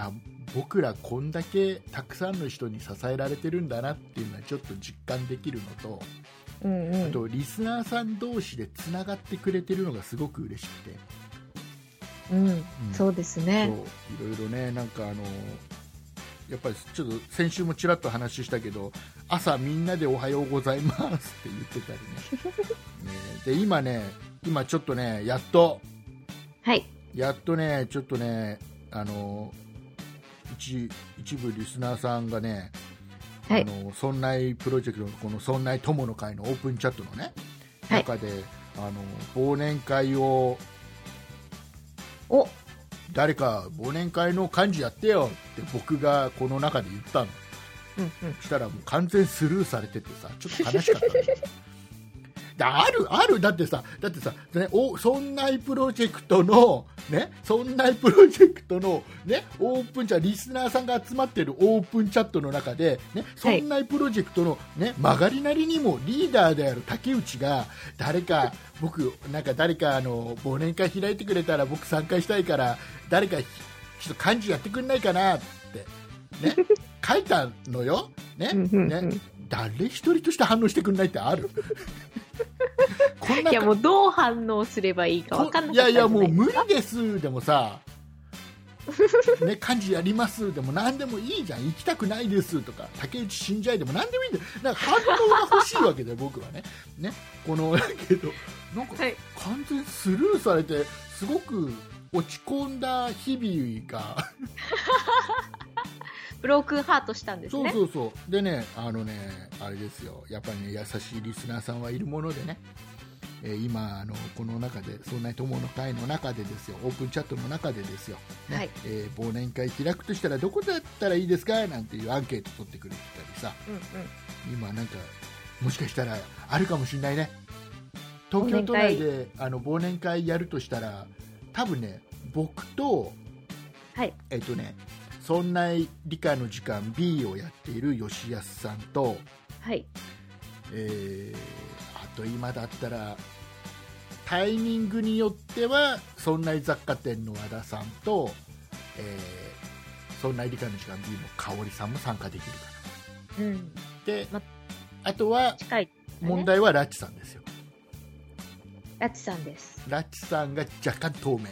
B: あ僕らこんだけたくさんの人に支えられてるんだなっていうのはちょっと実感できるのと、
C: うんう
B: あ
C: ん。
B: とリスナーさん同士でつながってくれてるのがすごく嬉しくて、
C: うん。
B: うん
C: そうですね。
B: そういろいろねなんかあのやっぱりちょっと先週もちらっと話したけど朝みんなで「おはようございます」って言ってたりね
C: *laughs*
B: ねで今ね今ちょっとねやっと
C: はい。
B: やっとね、ちょっとね、あの一一部リスナーさんがね、
C: はい
B: あのそんないプロジェクトのこのそんない友の会のオープンチャットのね、
C: はい
B: 中であの忘年会を
C: お、
B: 誰か忘年会の幹事やってよって僕がこの中で言ったの。
C: うんうん。
B: したらもう完全スルーされててさちょっと悲しかったねであるあるだってさだってさ、ね、おそんないプロジェクトのねそんないプロジェクトのねオープンチャリスナーさんが集まってるオープンチャットの中でねそんないプロジェクトのね曲がりなりにもリーダーである竹内が誰か僕なんか誰かあの忘年会開いてくれたら僕参加したいから誰かひちょっと漢字やってくんないかなってね
C: *laughs*
B: 書いたのよね
C: うんうんうん
B: ね誰一人として反応してくんないって
C: *laughs*
B: あるこんない
C: や、もうどう反応すればいいかわかんなかった
B: いやいやもう
C: 無
B: 無理ですでもさね漢字やりますでも何でもいいじゃん行きたくないですとか竹内死んじゃいでも何でもいいんだよなんか反応が欲しいわけだよ僕はねねこのだけどなんか
C: はい
B: 完全にスルーされてすごく落ち込んだ日々が
C: ブロークンハートしたんです
B: そう
C: ね。
B: そうそうでねあのねあれですよやっぱり、ね、優しいリスナーさんはいるものでね、えー今あのこの中でそんな友の会の中でですよオープンチャットの中でですよ、ね
C: はい
B: えー忘年会開くとしたらどこだったらいいですかなんていうアンケート取ってくれてたりさ
C: うんうん。
B: 今なんかもしかしたらあるかもしれないね東京都内であの忘年会やるとしたら多分ね僕と
C: はい。
B: えっとね、そんな理科の時間 B をやっている吉安さんと、
C: はい。
B: えーあと今だったらタイミングによってはそんな雑貨店の和田さんと、えーそんな理科の時間 B の香織さんも参加できるか
C: うん。
B: なで、
C: ま
B: あとは
C: 近い。
B: 問。題はラッチさんですよ
C: ラチさんです。
B: ラッチさんが若干透明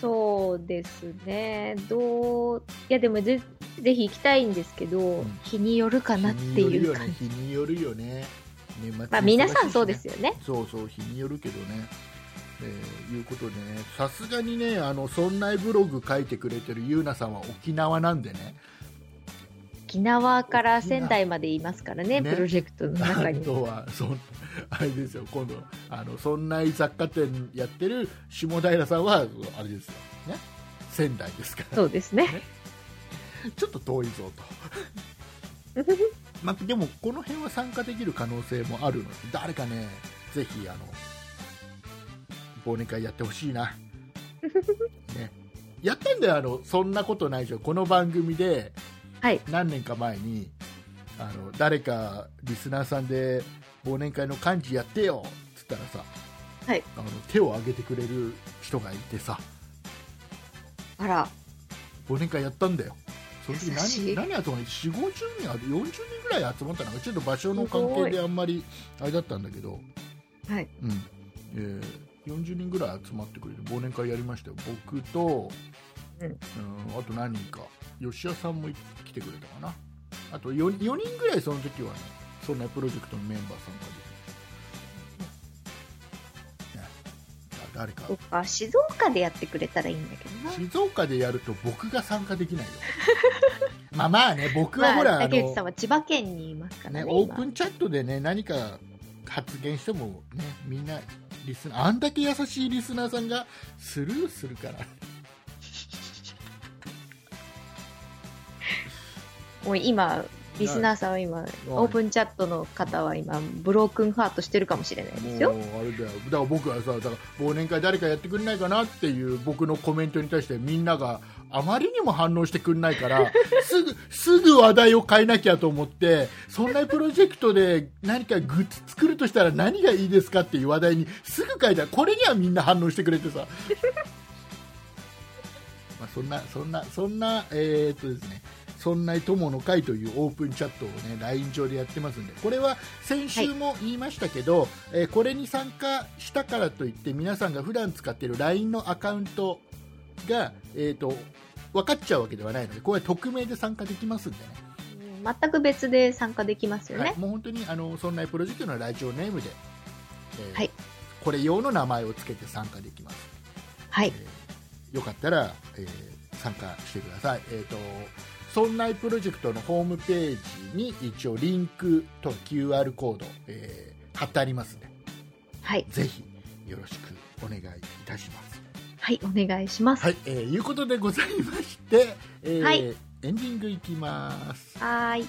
C: そうですね。どう、いやでもぜ、ぜひ行きたいんですけど、
B: ん
C: 日によるかなって
B: 日による
C: いう
B: よ
C: 感
B: ね
C: じ。
B: 日によるよね年末
C: ま
B: 忙し
C: あ
B: いしね
C: 皆さんそうですよね。
B: そうそう、日によるけどね。えーいうことでね、さすがにね、あの、そんなブログ書いてくれてるゆうなさんは沖縄なんでね、
C: 沖縄から仙台までいますからね
B: ね
C: プロジェクトの中
B: あ
C: に
B: とは *laughs* そんあれですよ今度あのそんない雑貨店やってる下平さんはあれですよね仙台ですから
C: そうですね
B: ちょっと遠いぞと
C: *laughs*
B: まあでもこの辺は参加できる可能性もあるので誰かねぜひあの忘年会やってほしい
C: *laughs*
B: な、ね、やったんだよあのそんなことないでしょこの番組で
C: はい
B: 何年か前にあの誰かリスナーさんで忘年会の幹事やってよっつったらさ、
C: はい
B: あの手を挙げてくれる人がいてさ
C: あら
B: 忘年会やったんだよその時
C: 優しい
B: 何何集まって4 5 0人ある40人ぐらい集まったのがちょっと場所の関係であんまりあれだったんだけど、
C: はい
B: うんえー40人ぐらい集まってくれて忘年会やりましたよ僕と、
C: うん
B: うんあと何人か吉田さんもい来てくれたかなあと 4, 4人ぐらいその時はねそんなプロジェクトのメンバーさんが出て、ねだ誰か
C: そっか静岡でやってくれたらいいんだけどな
B: 静岡でやると僕が参加で
C: *laughs*
B: きないよまあまあね僕はほら、
C: まあ、
B: あ
C: 竹
B: の
C: 内さんは千葉県にいますからね
B: ね、
C: 今
B: オープンチャットでね何か発言してもねみんなリスナーあんだけ優しいリスナーさんがスルーするから
C: もう今リスナーさんは今オープンチャットの方は今ブロークンハートしてるかもしれないです
B: もう
C: よ
B: あれだよだから僕はさだから忘年会誰かやってくんないかなっていう僕のコメントに対してみんながあまりにも反応してくんないから
C: *laughs*
B: すぐすぐ話題を変えなきゃと思ってそんなプロジェクトで何かグッズ作るとしたら何がいいですかっていう話題にすぐ変えたこれにはみんな反応してくれてさまあそんなそんなそんなえーっとですねそんな友の会というオープンチャットをね LINE 上でやってますんでこれは先週も言いましたけど、えーこれに参加したからといって皆さんが普段使っている LINE のアカウントが、えー、と分かっちゃうわけではないのでこれは匿名で参加できますんでね
C: 全く別で参加できますよね、
B: はい、もう本当にあのそんなプロジェクトのラジオネームで、えー
C: はい
B: これ用の名前をつけて参加できます
C: はい
B: えーよかったら、えー参加してください。えっ、と、そんなプロジェクトのホームページに一応リンクと QR コード、えー貼ってありますので、
C: はい、
B: ぜひよろしくお願いいたします。
C: はい、お願いします
B: は、
C: はい
B: えーいうことでございまして、えー
C: はい
B: エンディングいきます。
C: ーい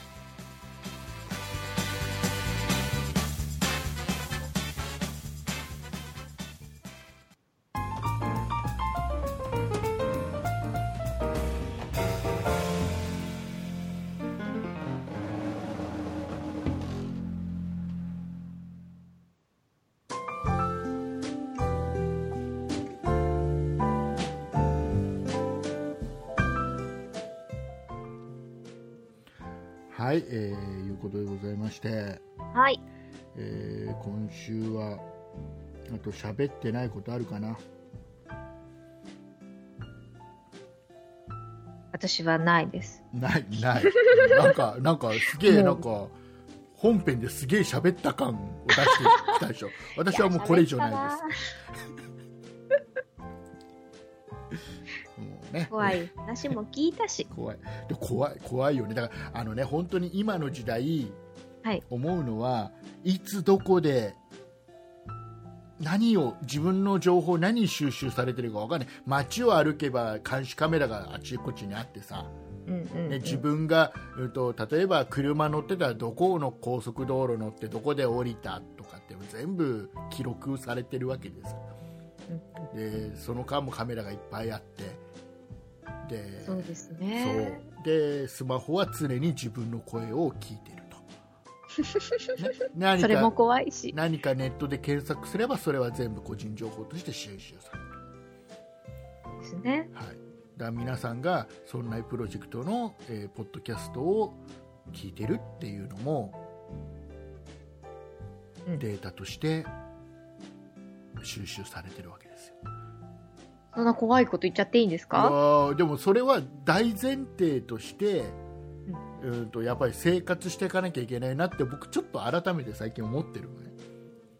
B: はい、えーいうことでございまして、
C: はい
B: えー今週は、あと喋ってないことあるかな
C: 私はないです
B: ないない *laughs* なんかなんかすげえなんか本編ですげえ喋った感を出してきたでし
C: *laughs*
B: ょ私はもうこれ以上ない
C: いや喋ったな
B: ですもうね
C: 怖い話も聞いたし
B: 怖いで怖い怖いよねだからあのね本当に今の時代、
C: はい
B: 思うのはいつどこで何を自分の情報何収集されてるかわかんない街を歩けば監視カメラがあちこちにあってさ、
C: うんうん、うん
B: ね、自分が、うん、と例えば車乗ってたらどこの高速道路乗ってどこで降りたとかって全部記録されてるわけです、でその間もカメラがいっぱいあってで
C: そうです
B: そう
C: *laughs* ね
B: でスマホは常に自分の声を聞いてると、ね何
C: それも
B: か
C: 怖いし
B: 何かネットで検索すればそれは全部個人情報として収集される
C: ですね
B: はい、だから皆さんが「そんなプロジェクトの」えーポッドキャストを聞いてるっていうのも
C: うん
B: データとして収集されてるわけですよ
C: そんな怖いこと言っちゃっていいんです
B: いや
C: か
B: ーでもそれは大前提としてうんとやっぱり生活していかなきゃいけないなって僕ちょっと改めて最近思ってるのね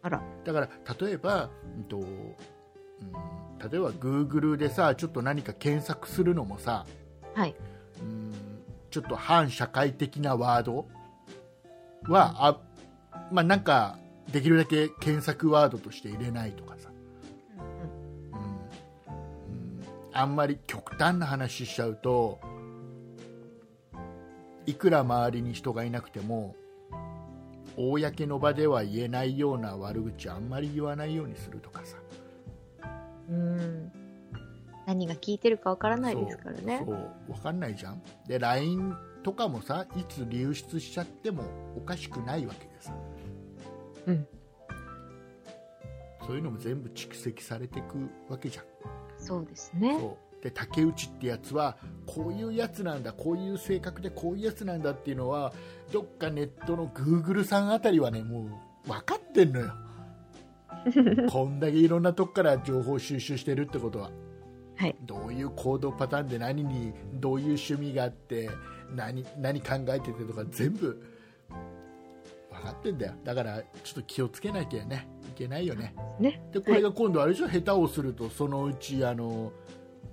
C: あら
B: だから例えば、うんとうん、例えば Google でさちょっと何か検索するのもさ、
C: はい
B: うんちちょっと反社会的なワードはあ、まあ、なんかできるだけ検索ワードとして入れないとかさ、うんうん、あんまり極端な話しちゃうといくら周りに人がいなくても公の場では言えないような悪口あんまり言わないようにするとかさ
C: うんうん何が効いてるかわからないですからね
B: そうそう分かんないじゃんで LINE とかもさいつ流出しちゃってもおかしくないわけでさ
C: うん
B: そういうのも全部蓄積されていくわけじゃん
C: そうですね
B: そうで竹内ってやつはこういうやつなんだこういう性格でこういうやつなんだっていうのはどっかネットのグーグルさんあたりはねもう分かってん
C: *laughs*
B: のよこんだけいろんなとこから情報収集してるってことは、
C: はい
B: どういう行動パターンで何にどういう趣味があって何何考えててとか全部分かってんだよだからちょっと気をつけなきゃねいけないよね
C: ね
B: でこれが今度あれでしょ、下手をするとそのうちあの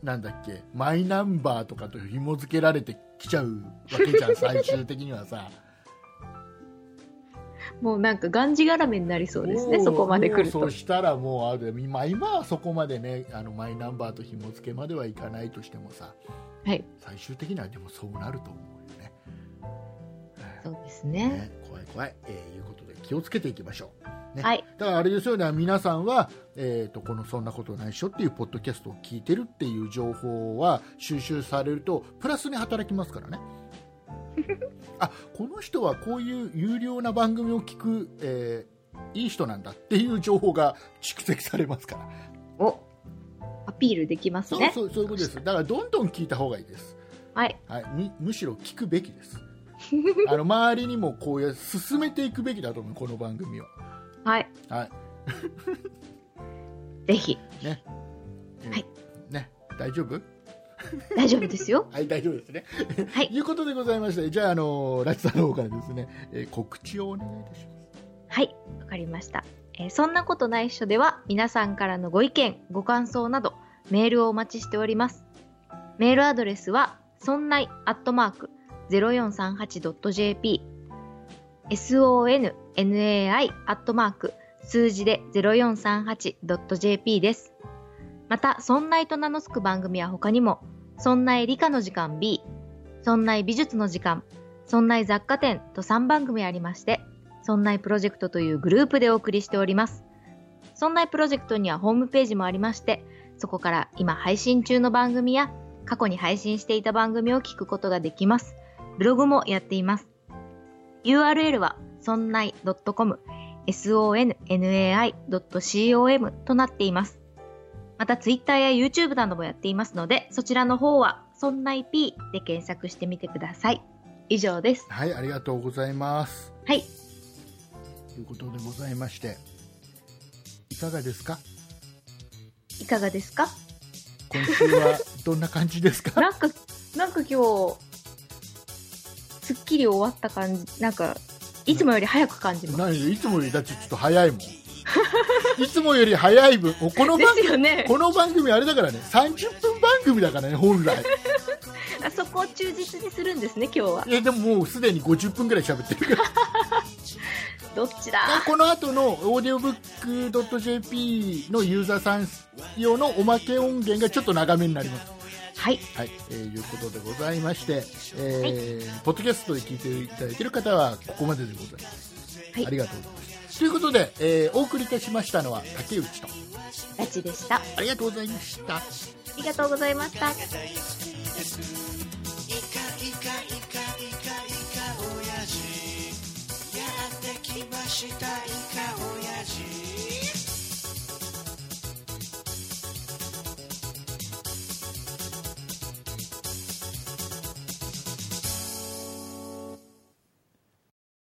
B: なんだっけマイナンバーとかと紐付けられてきちゃうわけじゃん最終的にはさ
C: もうなんかがんじがらめになりそうですねそこまで来る
B: も
C: と
B: うそうしたらもうあれ、まあ、今はそこまでねあのマイナンバーと紐付けまではいかないとしてもさ
C: はい
B: 最終的にはでもそうなると思うよね
C: そうですね
B: ね怖い怖い、えーいうことで気をつけていきましょう
C: はい
B: だからあれですよね皆さんは、えー、とこの「そんなことないっしょ」っていうポッドキャストを聞いてるっていう情報は収集されるとプラスに働きますから
C: *laughs*
B: ねあこの人はこういう有料な番組を聞く、えーいい人なんだっていう情報が蓄積されますから
C: おアピールできます
B: そう
C: ね
B: そうそういうことですだからどんどん聞いた方がいいです、
C: はい
B: はい、むむしろ聞くべきです
C: *laughs*
B: あの周りにもこういう進めていくべきだと思うこの番組は
C: はい
B: はい
C: ぜひはい
B: ね大丈夫
C: 大丈夫ですよ
B: はい、大丈夫ですね。
C: はい
B: *laughs* ということでございまして、じゃあ、あの、ラチさんの方からですね、えー告知をお願いいたします。
C: はい、わかりました。えーそんなことないっしょでは、皆さんからのご意見、ご感想など、メールをお待ちしております。メールアドレスは、そんないアットマーク 0438.jp、sonnai アットマーク数字で 0438.jp です。また、そんないと名の付く番組は他にも、そんない理科の時間 B、そんない美術の時間、そんない雑貨店と3番組ありまして、そんないプロジェクトというグループでお送りしております。そんないプロジェクトにはホームページもありまして、そこから今配信中の番組や過去に配信していた番組を聞くことができます。ブログもやっています。URL はそんない .com、sonnai.com となっています。また Twitter や YouTube などもやっていますので、そちらの方はそんない P で検索してみてください。以上です。
B: はい、ありがとうございます。
C: はい。
B: ということでございまして、いかがですか
C: いかがですか
B: 今週はどんな感じです
C: *laughs*
B: か
C: なんか、なんか今日、すっきり終わった感じ、なんか、いつもより早く感じます。
B: 何よいつもよりだってちょっと早いもん。いつもより早い分、おこの
C: で
B: 番
C: *laughs* すよね。
B: *laughs* この番組あれだからね、30分番組だからね、本来。
C: あそこを忠実にするんですね、今日は。
B: いや、でももうすでに50分ぐらい喋ってるから。
C: どっち
B: で
C: だ
B: この後のオーディオブック .jp のユーザーさん用のおまけ音源がちょっと長めになります。
C: はい。
B: はい、えーいうことでございまして、えーポッドキャストで聞いていただいている方はここまででございます。
C: はい
B: ありがとうございます。ということで、えーお送りいたしましたのは竹内と
C: ラチでした。あ
B: ありがとうございました。
C: りがとうございました。
A: イカイカイカイカ親父やってきました